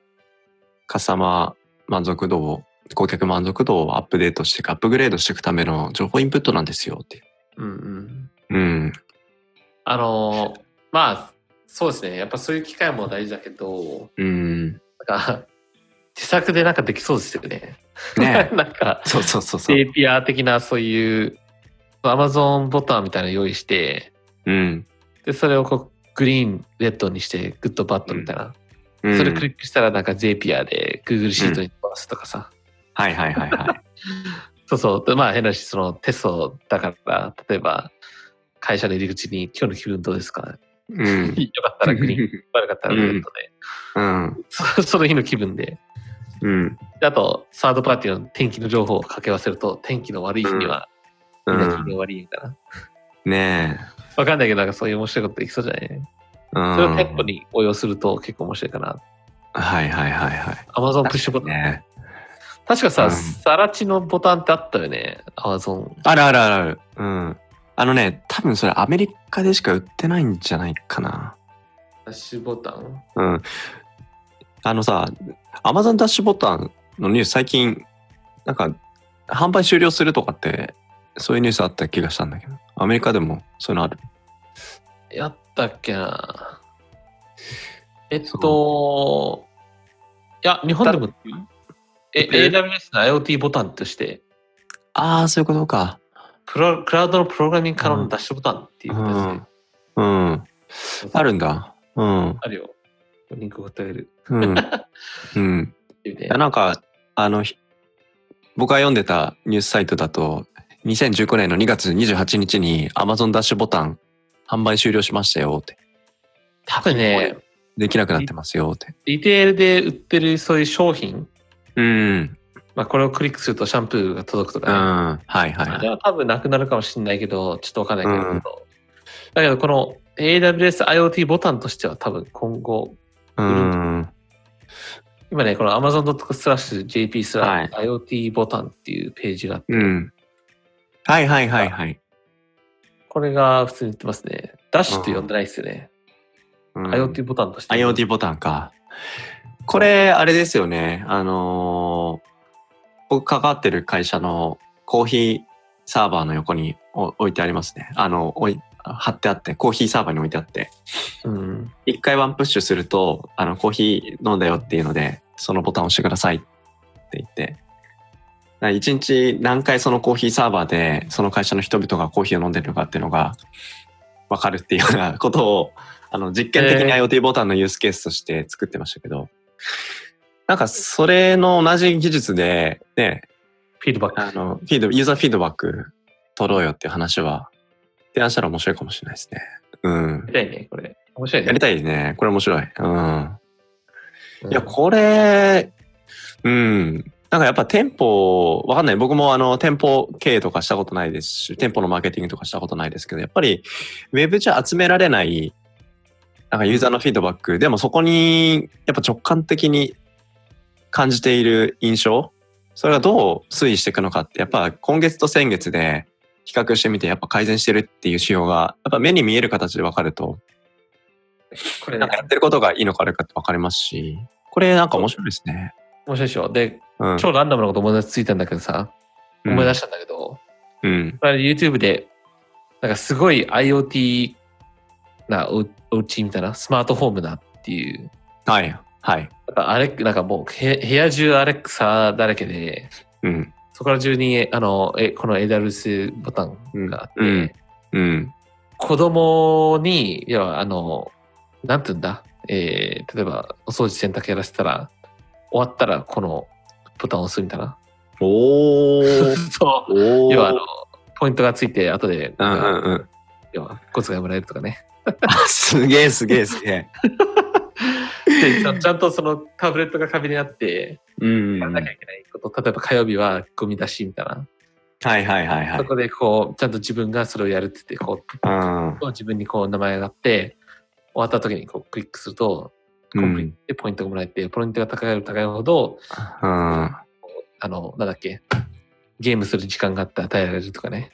Speaker 1: カスタマー満足度を顧客満足度をアップデートしていく、アップグレードしていくための情報インプットなんですよって。
Speaker 2: うんうん。
Speaker 1: うん。
Speaker 2: あのーまあ、そうですね。やっぱそういう機会も大事だけど、
Speaker 1: うん。
Speaker 2: なんか、自作でなんかできそうですよね。
Speaker 1: ね
Speaker 2: なんか、
Speaker 1: そうそうそうそう。
Speaker 2: APR 的なそういう、Amazon ボタンみたいなの用意して、
Speaker 1: うん。
Speaker 2: で、それをこう、グリーン、レッドにして、グッドバッドみたいな。
Speaker 1: うん
Speaker 2: それクリックしたら、なんか JPR で Google シートに飛ばすとかさ。
Speaker 1: はいはいはいはい。
Speaker 2: そうそう。でまあ変な話、そのテストだから、例えば、会社の入り口に今日の気分どうですか、
Speaker 1: うん。
Speaker 2: よかったらグリーン、悪かったらレッドで、
Speaker 1: うん。
Speaker 2: そ その日の気分で。
Speaker 1: うん。
Speaker 2: であと、サードパーティーの天気の情報を掛け合わせると、天気の悪い日には、
Speaker 1: う
Speaker 2: みんな気分
Speaker 1: ん。
Speaker 2: 悪いみたいな。
Speaker 1: ねえ。
Speaker 2: わかんないけど、なんかそういう面白いことできそうじゃない
Speaker 1: うん。
Speaker 2: それを店舗に応用すると結構面白いかな。
Speaker 1: はいはいはいはい。
Speaker 2: Amazon プッシュボタン。
Speaker 1: ね
Speaker 2: 確かさ、
Speaker 1: うん
Speaker 2: さらちのボタンってあったよね。Amazon。
Speaker 1: あるあるあるある。うん。あのね、多分それアメリカでしか売ってないんじゃないかな。
Speaker 2: ダッシュボタン
Speaker 1: うん。あのさ、アマゾンダッシュボタンのニュース最近、なんか、販売終了するとかって、そういうニュースあった気がしたんだけど、アメリカでもそういうのある。
Speaker 2: やったっけなえっと、いや、日本でも、え、
Speaker 1: え
Speaker 2: AWS の IoT ボタンとして、
Speaker 1: ああ、そういうことか。
Speaker 2: プロクラウドのプログラミングからのダッシュボタンっていううことですね
Speaker 1: ん。うん。あるんだ。うん。
Speaker 2: あるよ。リンクをってあげる。
Speaker 1: うん。 うん。
Speaker 2: いいね
Speaker 1: いやなんか、あの、ひ僕が読んでたニュースサイトだと、2019年の2月28日に Amazon ダッシュボタン販売終了しましたよって。
Speaker 2: 多分ね、
Speaker 1: できなくなってますよって。
Speaker 2: リテールで売ってるそういう商品、
Speaker 1: うん。
Speaker 2: まあ、これをクリックするとシャンプーが届くと
Speaker 1: うん。
Speaker 2: か、ね
Speaker 1: はいはいはい
Speaker 2: あれ。は多分なくなるかもしれないけど、ちょっとわかんないけど、
Speaker 1: うん
Speaker 2: だけどこの AWS IoT ボタンとしては多分今後
Speaker 1: う
Speaker 2: るん
Speaker 1: ん。
Speaker 2: 今ね、この amazon.com スラッシュ JP スラッシュ IoT ボタンっていうページがあって、
Speaker 1: うん。はいはいはいはい。
Speaker 2: これが普通に売ってますね。ダッシュって呼んでないですよね。
Speaker 1: うん
Speaker 2: IoT ボタンとして。
Speaker 1: IoT ボタンか。これ、あれですよね。あのー僕関わってる会社のコーヒーサーバーの横にお置いてありますね。あの、おい貼ってあって、コーヒーサーバーに置いてあって。
Speaker 2: うん。
Speaker 1: 一回ワンプッシュすると、あの、コーヒー飲んだよっていうので、そのボタンを押してくださいって言って、だから一日何回そのコーヒーサーバーで、その会社の人々がコーヒーを飲んでるのかっていうのが、わかるっていうようなことを、あの、実験的に
Speaker 2: え
Speaker 1: IoT ボタンのユースケースとして作ってましたけど、なんか、それの同じ技術で、ね、
Speaker 2: フィードバッ
Speaker 1: あ
Speaker 2: ク。
Speaker 1: の、フィード、ユーザーフィードバック取ろうよっていう話は、提案したら面白いかもしれないですね。うん
Speaker 2: やり。たいね、これ。面白いね。
Speaker 1: やりたいね。これ面白い。うん。
Speaker 2: うん
Speaker 1: いや、これ、うん。なんかやっぱ店舗、わかんない。僕もあの店舗経営とかしたことないですし、店舗のマーケティングとかしたことないですけど、やっぱりウェブじゃ集められない、なんかユーザーのフィードバック、でもそこにやっぱ直感的に感じている印象、それがどう推移していくのかって、やっぱ今月と先月で比較してみて、やっぱ改善してるっていう指標が、やっぱ目に見える形でわかると、
Speaker 2: これ
Speaker 1: なん
Speaker 2: ね
Speaker 1: かやってることがいいのか悪いかって分かりますし、これなんか面白いですね。
Speaker 2: 面白いでしょ。で、
Speaker 1: うん。
Speaker 2: 超ランダムなこと思い出ついたんだけどさ、思い出したんだけど、
Speaker 1: うん。
Speaker 2: これ YouTube で、なんかすごい IoT なおお家みたいな、スマートホームなっていう、
Speaker 1: はい。はい。
Speaker 2: なんかアレックなんかもうへ部屋中アレクサだらけで、
Speaker 1: うん。
Speaker 2: そこから中にあのえこの AWS ボタンがあって、
Speaker 1: うんうんうん。
Speaker 2: 子供に、要はあの、なんて言うんだ、えー例えばお掃除洗濯やらせたら、終わったらこのボタンを押すみたいな。
Speaker 1: お ー。
Speaker 2: そ
Speaker 1: お
Speaker 2: う。
Speaker 1: ー。
Speaker 2: 要はあの、ポイントがついて、後で、
Speaker 1: う
Speaker 2: なん
Speaker 1: ん
Speaker 2: か
Speaker 1: うんうん。
Speaker 2: 要は、コツがもらえるとかね。
Speaker 1: すげえすげえすげえ。
Speaker 2: でちゃん ちゃんとそのタブレットが壁にあって、
Speaker 1: うん
Speaker 2: やらなきゃいけないこと、例えば火曜日はゴミ出しみたいな。
Speaker 1: はいはいはいはい
Speaker 2: そ。こでこう、ちゃんと自分がそれをやるって言って、こう、
Speaker 1: うん
Speaker 2: 自分にこう名前があって、終わった時にこうクリックすると、
Speaker 1: う
Speaker 2: コンプリー
Speaker 1: ん
Speaker 2: トでポイントがもらえて、ポイントが高い高いほど、
Speaker 1: うん
Speaker 2: あの、なんだっけ、ゲームする時間があったら与えられると かね。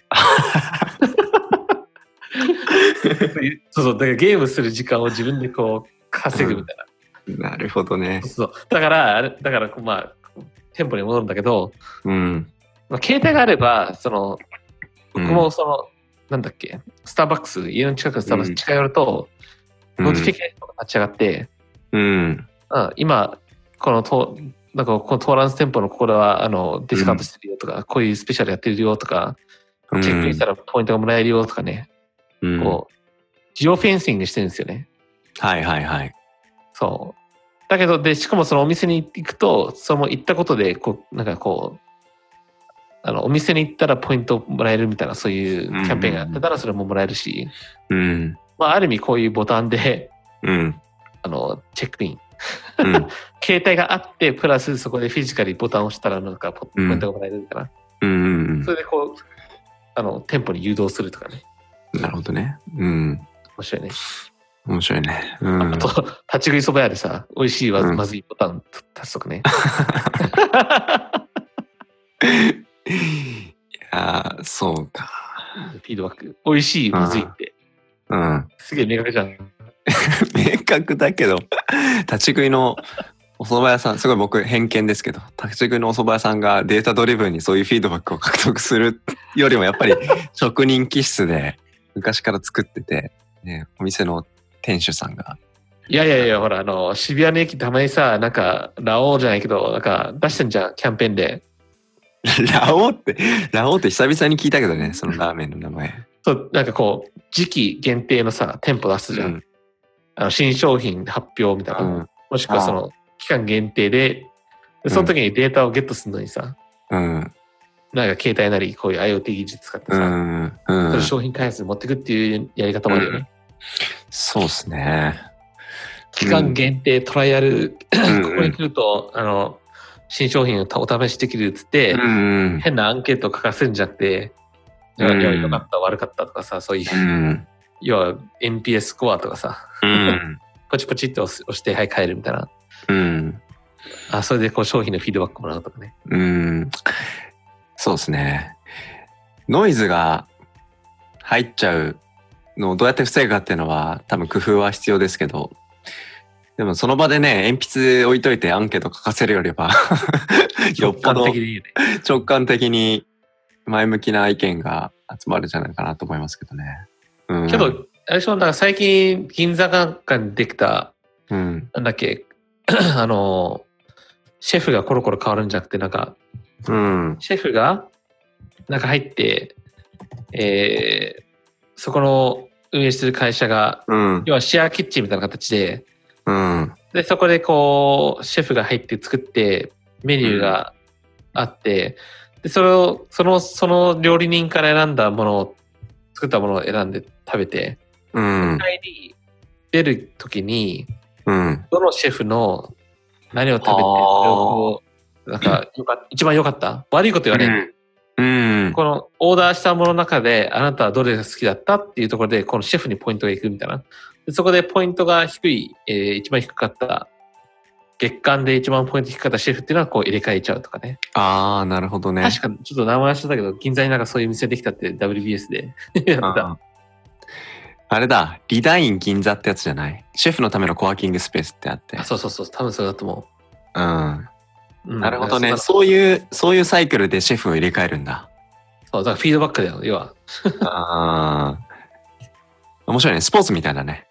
Speaker 2: そうそう、だからゲームする時間を自分でこう稼ぐみたいな。
Speaker 1: なるほどね。
Speaker 2: そうそうだから、あれだからこうまあ、店舗に戻るんだけど、
Speaker 1: うん。
Speaker 2: まあ、携帯があれば、その、
Speaker 1: うん
Speaker 2: 僕もその、なんだっけ、スターバックス、家の近くのスターバックス近寄ると、
Speaker 1: う
Speaker 2: ノーティフィ
Speaker 1: ん
Speaker 2: ケーションが立ち上がって、
Speaker 1: うん。
Speaker 2: うん、今、このと、なんかこのトーランス店舗のここではあのディスカウントしてるよとか、こういうスペシャルやってるよとか、チェックインしたらポイントがもらえるよとかね、
Speaker 1: うん
Speaker 2: こう、ジオフェンシングしてるんですよね。
Speaker 1: はいはいはい。
Speaker 2: そう。だけど、で、しかもそのお店に行くと、その行ったことで、こう、なんかこう、あの、お店に行ったらポイントもらえるみたいな、そういうキャンペーンがあってたらそれももらえるし、
Speaker 1: うん。
Speaker 2: まあ、ある意味こういうボタンで、
Speaker 1: うん。
Speaker 2: あの、チェックイン。
Speaker 1: うん。
Speaker 2: 携帯があって、プラスそこでフィジカルにボタンを押したら、なんかポ、ポイントがもらえるみたいな。
Speaker 1: うんうん
Speaker 2: それでこう、あの、店舗に誘導するとかね。
Speaker 1: うん。なるほどね。うん。
Speaker 2: 面白いね。
Speaker 1: 面白いね。うん
Speaker 2: あ。と、立ち食いそば屋でさ、美味しいわ、
Speaker 1: うん
Speaker 2: まずいボタン足しとくね。
Speaker 1: いやー、そうか。
Speaker 2: フィードバック。美味しい、まずいって。
Speaker 1: うん。
Speaker 2: すげえ明確じゃん。
Speaker 1: 明確だけど、立ち食いのお蕎麦屋さん、すごい僕偏見ですけど、立ち食いのお蕎麦屋さんがデータドリブンにそういうフィードバックを獲得するよりも、やっぱり職人気質で昔から作ってて、ね、お店の店主さんが。
Speaker 2: いやいやいや、ほら、あの、渋谷の駅たまにさ、なんか、ラオウじゃないけど、なんか、出してんじゃん、キャンペーンで。
Speaker 1: ラオウって、ラオウって久々に聞いたけどね、そのラーメンの名前。
Speaker 2: そう、なんかこう、時期限定のさ、店舗出すじゃん。あの新商品発表みたいな。
Speaker 1: うん
Speaker 2: もしくはその、期間限定で、でその時にデータをゲットするのにさ、
Speaker 1: うん。
Speaker 2: なんか携帯なり、こういう IoT 技術使って
Speaker 1: う
Speaker 2: さ、
Speaker 1: ん。う
Speaker 2: それ
Speaker 1: ん
Speaker 2: を。商品開発に持っていくっていうやり方もあるよね。
Speaker 1: そうですね。
Speaker 2: 期間限定トライアル、
Speaker 1: うん
Speaker 2: ここに来ると、あの、新商品をお試しできるっつって、
Speaker 1: うん。
Speaker 2: 変なアンケートを書かせるんじゃなくて、
Speaker 1: う
Speaker 2: 良
Speaker 1: ん
Speaker 2: よかった、悪かったとかさ、そういう、
Speaker 1: うん。
Speaker 2: 要は NPS スコアとかさ、
Speaker 1: うん。
Speaker 2: ポチポチって押す押して、はい、帰るみたいな。
Speaker 1: うん。
Speaker 2: あ、それでこう商品のフィードバックもらうとかね。
Speaker 1: うん。そうですね。ノイズが入っちゃうのをどうやって防ぐかっていうのは多分工夫は必要ですけど、でもその場でね、鉛筆置いといてアンケート書かせるよりは、よっぽ
Speaker 2: 直
Speaker 1: ど
Speaker 2: 感的でいいよね。
Speaker 1: 直感的に前向きな意見が集まるんじゃないかなと思いますけどね。うん、
Speaker 2: けど、あれでしょ、なんか最近、銀座かなんかにできた、
Speaker 1: うん、
Speaker 2: なんだっけ、 あの、シェフがコロコロ変わるんじゃなくて、なんか、
Speaker 1: うん、
Speaker 2: シェフが中入って、えーそこの運営してる会社が、
Speaker 1: うん、
Speaker 2: 要はシェアキッチンみたいな形で、
Speaker 1: うん、
Speaker 2: で、そこでこう、シェフが入って作って、メニューがあって、で、それを、その、その料理人から選んだものを、作ったものを選んで食べて、
Speaker 1: うん、
Speaker 2: 帰り、出るときに、
Speaker 1: うん。
Speaker 2: どのシェフの何を食べ
Speaker 1: あ
Speaker 2: て、そ
Speaker 1: ー
Speaker 2: れをこう、なんか、よか一番良かった悪いこと言われる。
Speaker 1: うん、
Speaker 2: このオーダーしたものの中であなたはどれが好きだったっていうところでこのシェフにポイントがいくみたいなでそこでポイントが低い、えー一番低かった月間で一番ポイント低かったシェフっていうのはこう入れ替えちゃうとかね
Speaker 1: ああ、なるほどね。
Speaker 2: 確かちょっと名前忘れしたけど銀座になんかそういう店できたって WBS でやってた
Speaker 1: ああれだ、リダイン銀座ってやつじゃないシェフのためのコワーキングスペースってあって
Speaker 2: あ。そうそうそう多分そうだと思
Speaker 1: うん。
Speaker 2: う、うん
Speaker 1: なるほどね。
Speaker 2: だからそ
Speaker 1: そういう、そういうサイクルでシェフを入れ替えるんだ。
Speaker 2: うだからフィードバックだよ要は、
Speaker 1: ああ。面白いね。スポーツみたいだね。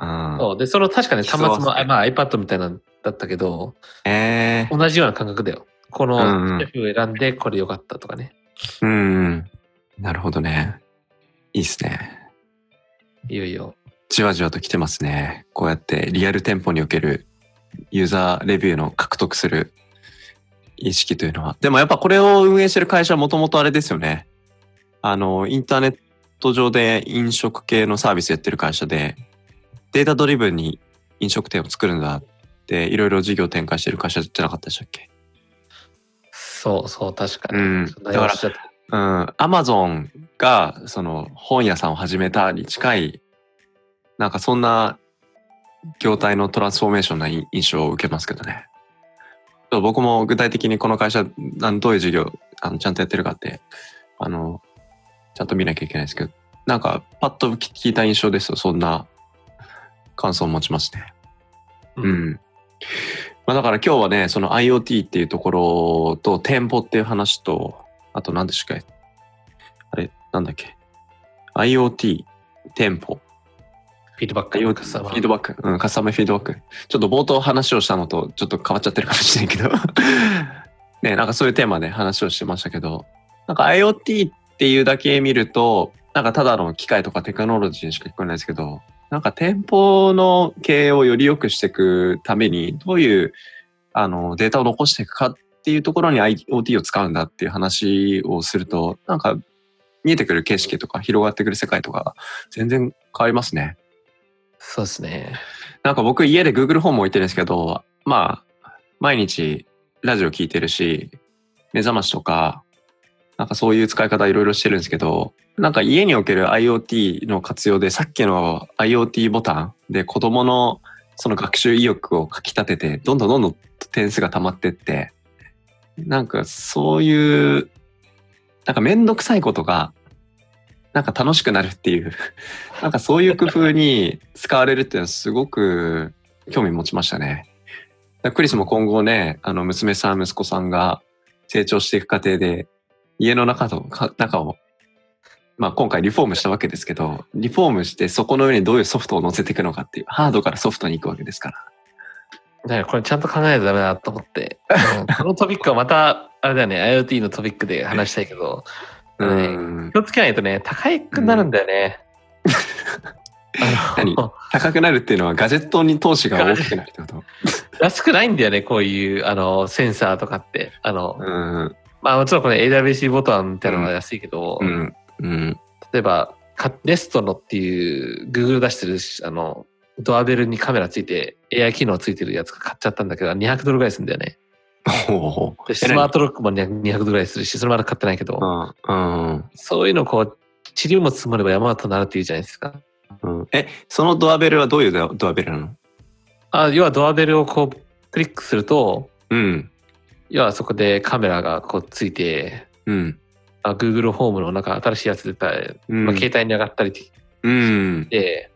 Speaker 1: うん。
Speaker 2: そうでその確かね端末
Speaker 1: そうそう
Speaker 2: も、あまあ、iPad みたいなんだったけど
Speaker 1: ええ
Speaker 2: 同じような感覚だよこ
Speaker 1: うんう
Speaker 2: の
Speaker 1: ん
Speaker 2: シェフを選んでこれ良かったとかね、
Speaker 1: うん。なるほどね。いいっすね。
Speaker 2: いよいよ
Speaker 1: じわじわと来てますね。こうやってリアル店舗におけるユーザーレビューの獲得する意識というのは。でもやっぱこれを運営してる会社はもともとあれですよね。あの、インターネット上で飲食系のサービスやってる会社で、データドリブンに飲食店を作るんだって、いろいろ事業展開してる会社じゃなかったでしたっけ
Speaker 2: そうそう、確か
Speaker 1: う
Speaker 2: に。
Speaker 1: ん
Speaker 2: ちょっと悩ましちゃった
Speaker 1: うん、アマゾンがその本屋さんを始めたに近い、なんかそんな業態のトランスフォーメーションな印象を受けますけどね。ちょっと僕も具体的にこの会社、あのどういう事業あのちゃんとやってるかって、あの、ちゃんと見なきゃいけないですけど、なんかパッと聞いた印象ですよ。そんな感想を持ちますね。う。ん。まあ、だから今日はね、その IoT っていうところと店舗っていう話と、あと何でしたっけあれ、なんだっけ ?IoT、店舗、
Speaker 2: フィードバック
Speaker 1: IoT、
Speaker 2: カスタマ
Speaker 1: フィードバック、うん、カスタマーフィードバック。ちょっと冒頭話をしたのとちょっと変わっちゃってるかもしれないけど、 ね、なんかそういうテーマで話をしてましたけど、なんか IoT っていうだけ見ると、なんかただの機械とかテクノロジーにしか聞こえないですけど、なんか店舗の経営をより良くしていくために、どういうあのデータを残していくかっていうところに IoT を使うんだっていう話をすると、なんか見えてくる景色とか広がってくる世界とか全然変わりますね。
Speaker 2: そうですね。
Speaker 1: なんか僕家で Google ホーム置いてるんですけど、まあ、毎日ラジオ聞いてるし、目覚ましとか、なんかそういう使い方いろいろしてるんですけど、なんか家における IoT の活用でさっきの IoT ボタンで子供のその学習意欲をかき立てて、どんどんどんどん点数が溜まってって、なんかそういう、なんかめんどくさいことが、なんか楽しくなるっていうなんかそういう工夫に使われるっていうのはすごく興味持ちましたね。だからクリスも今後ね、あの娘さん、息子さんが成長していく過程で、家の中とか中を、まあ、今回リフォームしたわけですけど、リフォームしてそこの上にどういうソフトを載せていくのかっていう、ハードからソフトに行くわけですから。
Speaker 2: だからこれちゃんと考えないとダメだなと思 って。うんこのトピックはまた、あれだよね、IoT のトピックで話したいけど、
Speaker 1: うん
Speaker 2: 気。をつけないとね、高くなるんだよね。あの
Speaker 1: 何 高くなるっていうのはガジェットに投資が大きくなるってこと。
Speaker 2: 安くないんだよね、こういう、あの、センサーとかって。あの、
Speaker 1: うん。
Speaker 2: まあもちろんこれ AWC ボタンみたいなのは安いけど、
Speaker 1: うん。うん。
Speaker 2: 例えば、かネストのっていう Google 出してるし、あの、ドアベルにカメラついて、AI 機能ついてるやつ買っちゃったんだけど、200ドルぐらいするんだよね。
Speaker 1: ほうほ
Speaker 2: でスマートロックも200ドルぐらいするし、それまだ買ってないけど、
Speaker 1: う。うん。うん。
Speaker 2: そういうのこう、塵も積もれば山となるっていうじゃないですか。
Speaker 1: うんえ、そのドアベルはどういうドアドアベルなの
Speaker 2: あ要はドアベルをこう、クリックすると、
Speaker 1: うん。
Speaker 2: 要はそこでカメラがこうついて、
Speaker 1: うん。
Speaker 2: あ Google ホームのなんか新しいやつ出たり、
Speaker 1: うん
Speaker 2: まあ、携帯に上がったり
Speaker 1: うん。
Speaker 2: で、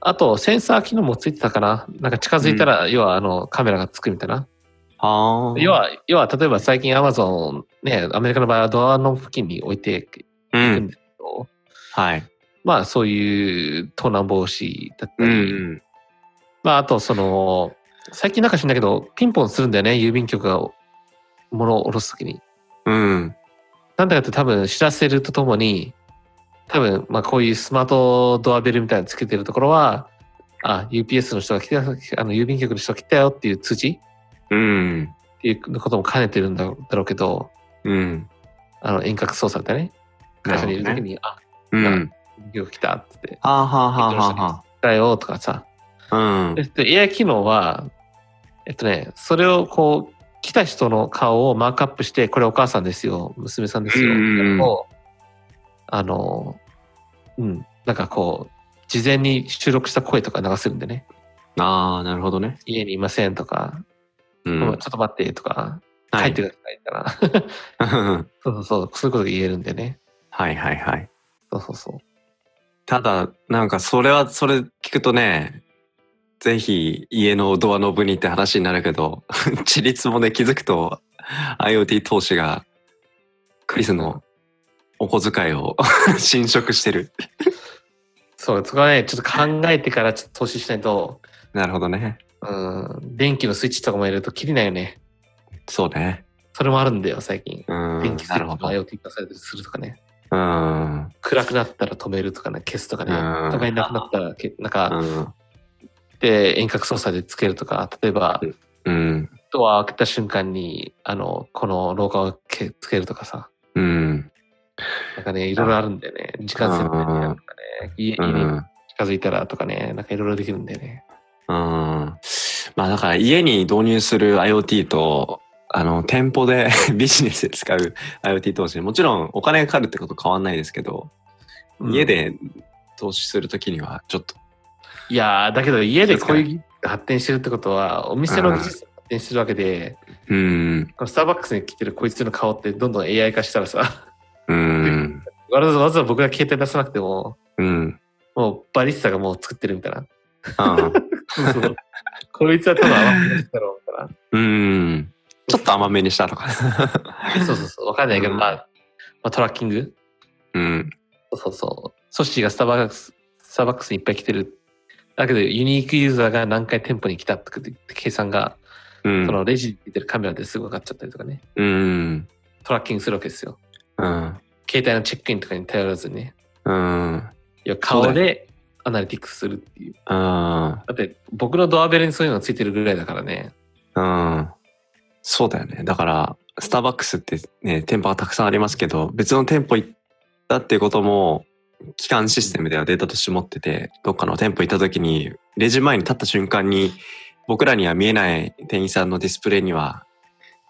Speaker 2: あとセンサー機能もついてたかななんか近づいたら、要はあのカメラがつくみたいな。
Speaker 1: ああ。
Speaker 2: 要、は、要は例えば最近 Amazon、ね、アメリカの場合はドアの付近に置いて
Speaker 1: う
Speaker 2: いくん
Speaker 1: ん。
Speaker 2: ですけど、
Speaker 1: はい。
Speaker 2: まあそういう盗難防止だった
Speaker 1: う
Speaker 2: り、
Speaker 1: ん。
Speaker 2: まああとその、最近なんか知んだけど、ピンポンするんだよね、郵便局が物を下ろすときに。
Speaker 1: うん。
Speaker 2: なんだかって多分知らせるとともに、多分まあこういうスマートドアベルみたいなのつけてるところは、あ、UPS の人が来て、あの郵便局の人が来たよっていう通知
Speaker 1: うん。
Speaker 2: っていうことも兼ねてるんだろうだろうけど、
Speaker 1: うん。
Speaker 2: あの遠隔操作だね。会社にいるときに、あ、
Speaker 1: うん。
Speaker 2: 郵便局来たっつって、
Speaker 1: はあはあはあは
Speaker 2: だよとかさ。
Speaker 1: あはあ。うん。
Speaker 2: で、で AI 機能は、えっとね、それをこう、来た人の顔をマークアップして、これお母さんですよ、娘さんですよ、
Speaker 1: うんうんうん
Speaker 2: をあの、うん、なんかこう、事前に収録した声とか流せるんでね、
Speaker 1: ああ、なるほどね。
Speaker 2: 家にいませんとか、
Speaker 1: う
Speaker 2: ちょっ
Speaker 1: ん。
Speaker 2: と待ってとか、
Speaker 1: は
Speaker 2: 帰
Speaker 1: い
Speaker 2: ってくださいから、 そうそうそう、そういうことが言えるんでね、
Speaker 1: はいはいはい。
Speaker 2: そうそうそう。
Speaker 1: ただ、なんかそれは、それ聞くとね、ぜひ家のドアノブにって話になるけど、 地立もね、気づくと IoT 投資がクリスのお小遣いを 侵食してる。
Speaker 2: そう、そこはね、ちょっと考えてからちょっと投資しないと、
Speaker 1: なるほどね。
Speaker 2: うん、電気のスイッチとかも入れると切りないよね。
Speaker 1: そうね。
Speaker 2: それもあるんだよ、最近。
Speaker 1: うん。
Speaker 2: 電気スイ
Speaker 1: なるほ
Speaker 2: ッチ
Speaker 1: ど
Speaker 2: の。IoT 化されたりするとかね、
Speaker 1: うん。
Speaker 2: 暗くなったら止めるとかね、消すとかね、
Speaker 1: うん
Speaker 2: 互いなくなったらけ、なんか、
Speaker 1: うん
Speaker 2: で、遠隔操作でつけるとか、例えば、
Speaker 1: うん。
Speaker 2: ドア開けた瞬間に、あの、この廊下をけつけるとかさ、
Speaker 1: うん。
Speaker 2: なんかね、いろいろあるんだよね。時間設定になるとかね、家
Speaker 1: う
Speaker 2: 家に
Speaker 1: ん。
Speaker 2: 近づいたらとかね、なんかいろいろできるんだよね。
Speaker 1: うん。まあだから家に導入する IoT とあの、店舗で ビジネスで使う IoT 投資、もちろんお金がかかるってこと変わんないですけど、
Speaker 2: うん
Speaker 1: 家。で投資するときにはちょっと、
Speaker 2: いやーだけど家でこういう技術が発展してるってことは、お店の技術が発展してるわけで、
Speaker 1: うん、
Speaker 2: このスターバックスに来てるこいつの顔ってどんどん AI 化したらさ、
Speaker 1: うん、
Speaker 2: わざわざ僕が携帯出さなくても、
Speaker 1: うん。
Speaker 2: もうバリスタがもう作ってるみたいな。
Speaker 1: ああ
Speaker 2: そう こいつは多分甘くなったろうか
Speaker 1: うん。ちょっと甘めにしたとか。
Speaker 2: ら。そうそうそう、わかんないけど、
Speaker 1: うん
Speaker 2: まあ、まあ、トラッキング
Speaker 1: うん。
Speaker 2: そうそうそう。ソッシーがスターバックス、スターバックスにいっぱい来てる。だけど、ユニークユーザーが何回店舗に来たって計算が、
Speaker 1: うん。
Speaker 2: そのレジに出てるカメラですぐ分かっちゃったりとかね。
Speaker 1: うん。
Speaker 2: トラッキングするわけですよ。
Speaker 1: うん。
Speaker 2: 携帯のチェックインとかに頼らずにね。
Speaker 1: うん。
Speaker 2: い
Speaker 1: そう
Speaker 2: や
Speaker 1: だ
Speaker 2: 顔
Speaker 1: よ
Speaker 2: でアナリティクスするってい
Speaker 1: う
Speaker 2: う。
Speaker 1: ん。
Speaker 2: だって、僕のドアベルにそういうのついてるぐらいだからね。
Speaker 1: うん。そうだよね。だから、スターバックスってね、店舗はたくさんありますけど、別の店舗行ったっていうことも、機関システムではデータとして持ってて、どっかの店舗行った時に、レジ前に立った瞬間に、僕らには見えない店員さんのディスプレイには、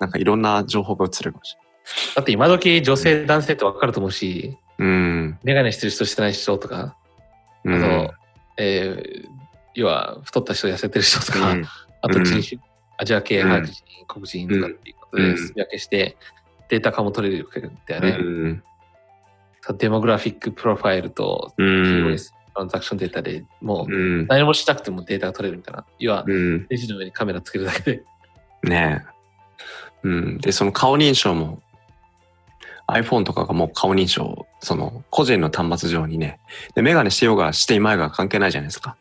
Speaker 1: なんかいろんな情報が映るかもし
Speaker 2: だって今時女性、男性って分かると思うし、
Speaker 1: れない。うん。
Speaker 2: メガネしてる人してない人とか、あ
Speaker 1: う
Speaker 2: と、
Speaker 1: ん。
Speaker 2: えー要は太った人、痩せてる人と
Speaker 1: う
Speaker 2: か、
Speaker 1: ん
Speaker 2: あと
Speaker 1: うん
Speaker 2: 人種、アジア系、
Speaker 1: うん
Speaker 2: 白人、黒人とかっていうこ
Speaker 1: う
Speaker 2: とで、
Speaker 1: ん
Speaker 2: すみ分けして、データ化も取れるわけだよ
Speaker 1: う
Speaker 2: ね。
Speaker 1: ん。
Speaker 2: さデモグラフィックプロファイルと
Speaker 1: うん
Speaker 2: POS、トランザクションデータでもう
Speaker 1: うん。
Speaker 2: 何もしなくてもデータが取れるみたいな。要は、
Speaker 1: うん。
Speaker 2: レジの上にカメラつけるだけで。
Speaker 1: ねえ。うん。で、その顔認証も、iPhone とかがもう顔認証、その個人の端末上にね、で、メガネしてようがしていまいが関係ないじゃないですか。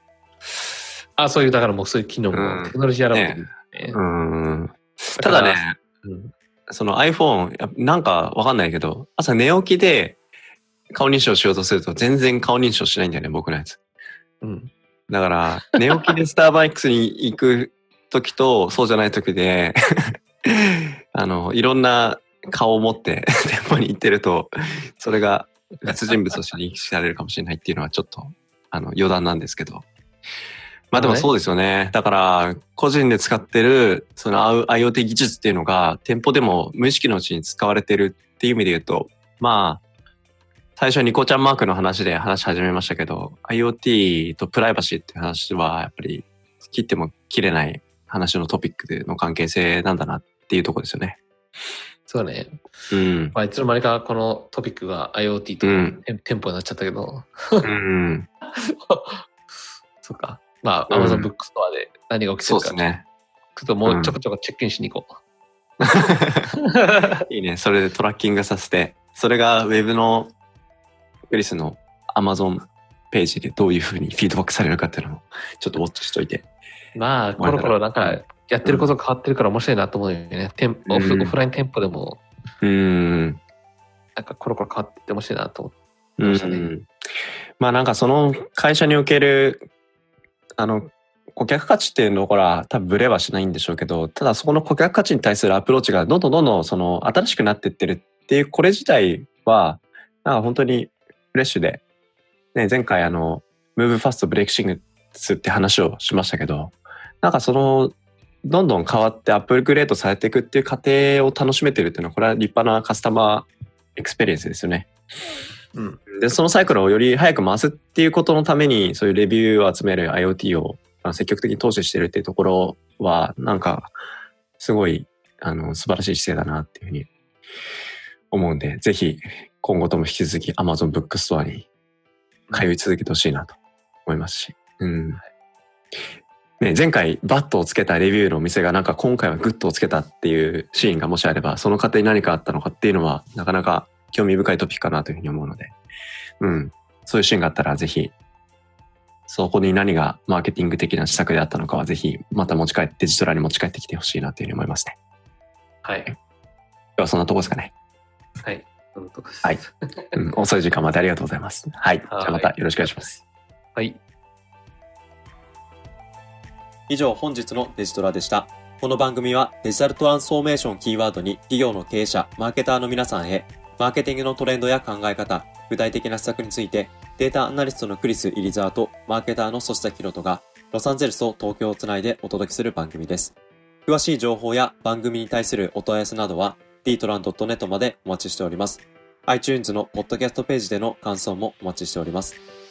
Speaker 2: あ、そういう、だからもうそういう機能
Speaker 1: うん
Speaker 2: も、テクノロジーやらもね
Speaker 1: う。ーん。ただね、
Speaker 2: うん
Speaker 1: その iPhone、やなんかわかんないけど、朝寝起きで顔認証しようとすると全然顔認証しないんだよね、僕のやつ。
Speaker 2: うん。
Speaker 1: だから、寝起きでスターバックスに行く時と、そうじゃない時で、あの、いろんな顔を持って 店舗に行ってると、それが別人物として認識されるかもしれないっていうのはちょっと、あの、余談なんですけど。まあでもそうですよね。だから、個人で使ってる、その IoT 技術っていうのが、店舗でも無意識のうちに使われてるっていう意味で言うと、まあ、最初にニコちゃんマークの話で話し始めましたけど、IoT とプライバシーっていう話はやっぱり切っても切れない話のトピックでの関係性なんだなっていうところですよね。
Speaker 2: そうだね。
Speaker 1: うん。
Speaker 2: まあ、いつの間にかこのトピックが IoT と
Speaker 1: うん
Speaker 2: 店店舗になっちゃったけど、
Speaker 1: うん。
Speaker 2: そっか。まあ、
Speaker 1: うん
Speaker 2: Amazon ブックストアで何が起きて
Speaker 1: そう
Speaker 2: る
Speaker 1: で
Speaker 2: か、
Speaker 1: すね。
Speaker 2: ちょっともうちょこちょこチェックインしに行こう。
Speaker 1: いいね。それでトラッキングさせて、それがウェブのクリスの Amazon ページでどういうふうにフィードバックされるかっていうのもちょっとウォッチしといて。
Speaker 2: まあ、コロコロなんか、やってること変わってるから面白いなと思うよね。店オフ
Speaker 1: うん
Speaker 2: オフライン店舗でも、
Speaker 1: うん。
Speaker 2: なんかコロコロ変わってって面白いなと思って。
Speaker 1: うん
Speaker 2: ましたね
Speaker 1: まあなんかその会社におけるあの顧客価値っていうのから多分ブレはしないんでしょうけどただそこの顧客価値に対するアプローチがどんどんどんどんその新しくなってってるっていうこれ自体はなんか本当にフレッシュで、ね、前回あのムーブファストブレイクシングスって話をしましたけどなんかそのどんどん変わってアップグレードされていくっていう過程を楽しめてるっていうのはこれは立派なカスタマーエクスペリエンスですよね。
Speaker 2: うん。
Speaker 1: で、そのサイクルをより早く回すっていうことのために、そういうレビューを集める IoT をあの積極的に投資してるっていうところは、なんか、すごい、あの、素晴らしい姿勢だなっていうふうに思うんで、ぜひ、今後とも引き続き Amazon ブックストアに通い続けてほしいなと思いますし。うん。ね、前回バットをつけたレビューのお店がなんか今回はグッとをつけたっていうシーンがもしあれば、その過程に何かあったのかっていうのは、なかなか興味深いトピックかなというふうに思うので、うん。そういうシーンがあったら、ぜひ、そこに何がマーケティング的な施策であったのかは、ぜひ、また持ち帰って、デジトラに持ち帰ってきてほしいなというふうに思いますね。
Speaker 2: はい。
Speaker 1: 今日はそんなとこですかね。
Speaker 2: はい。そのとこです
Speaker 1: はいうん。遅い時間までありがとうございます。はい。じゃあまたよろしくお願いします。
Speaker 2: はい。
Speaker 1: 以上本日のデジトラでした。この番組はデジタルトランスフォーメーションキーワードに企業の経営者、マーケターの皆さんへ、マーケティングのトレンドや考え方、具体的な施策について、データアナリストのクリス・イリザーとマーケターのソシタキロトが、ロサンゼルスと東京をつないでお届けする番組です。詳しい情報や番組に対するお問い合わせなどは dtran.net までお待ちしております。iTunes のポッドキャストページでの感想もお待ちしております。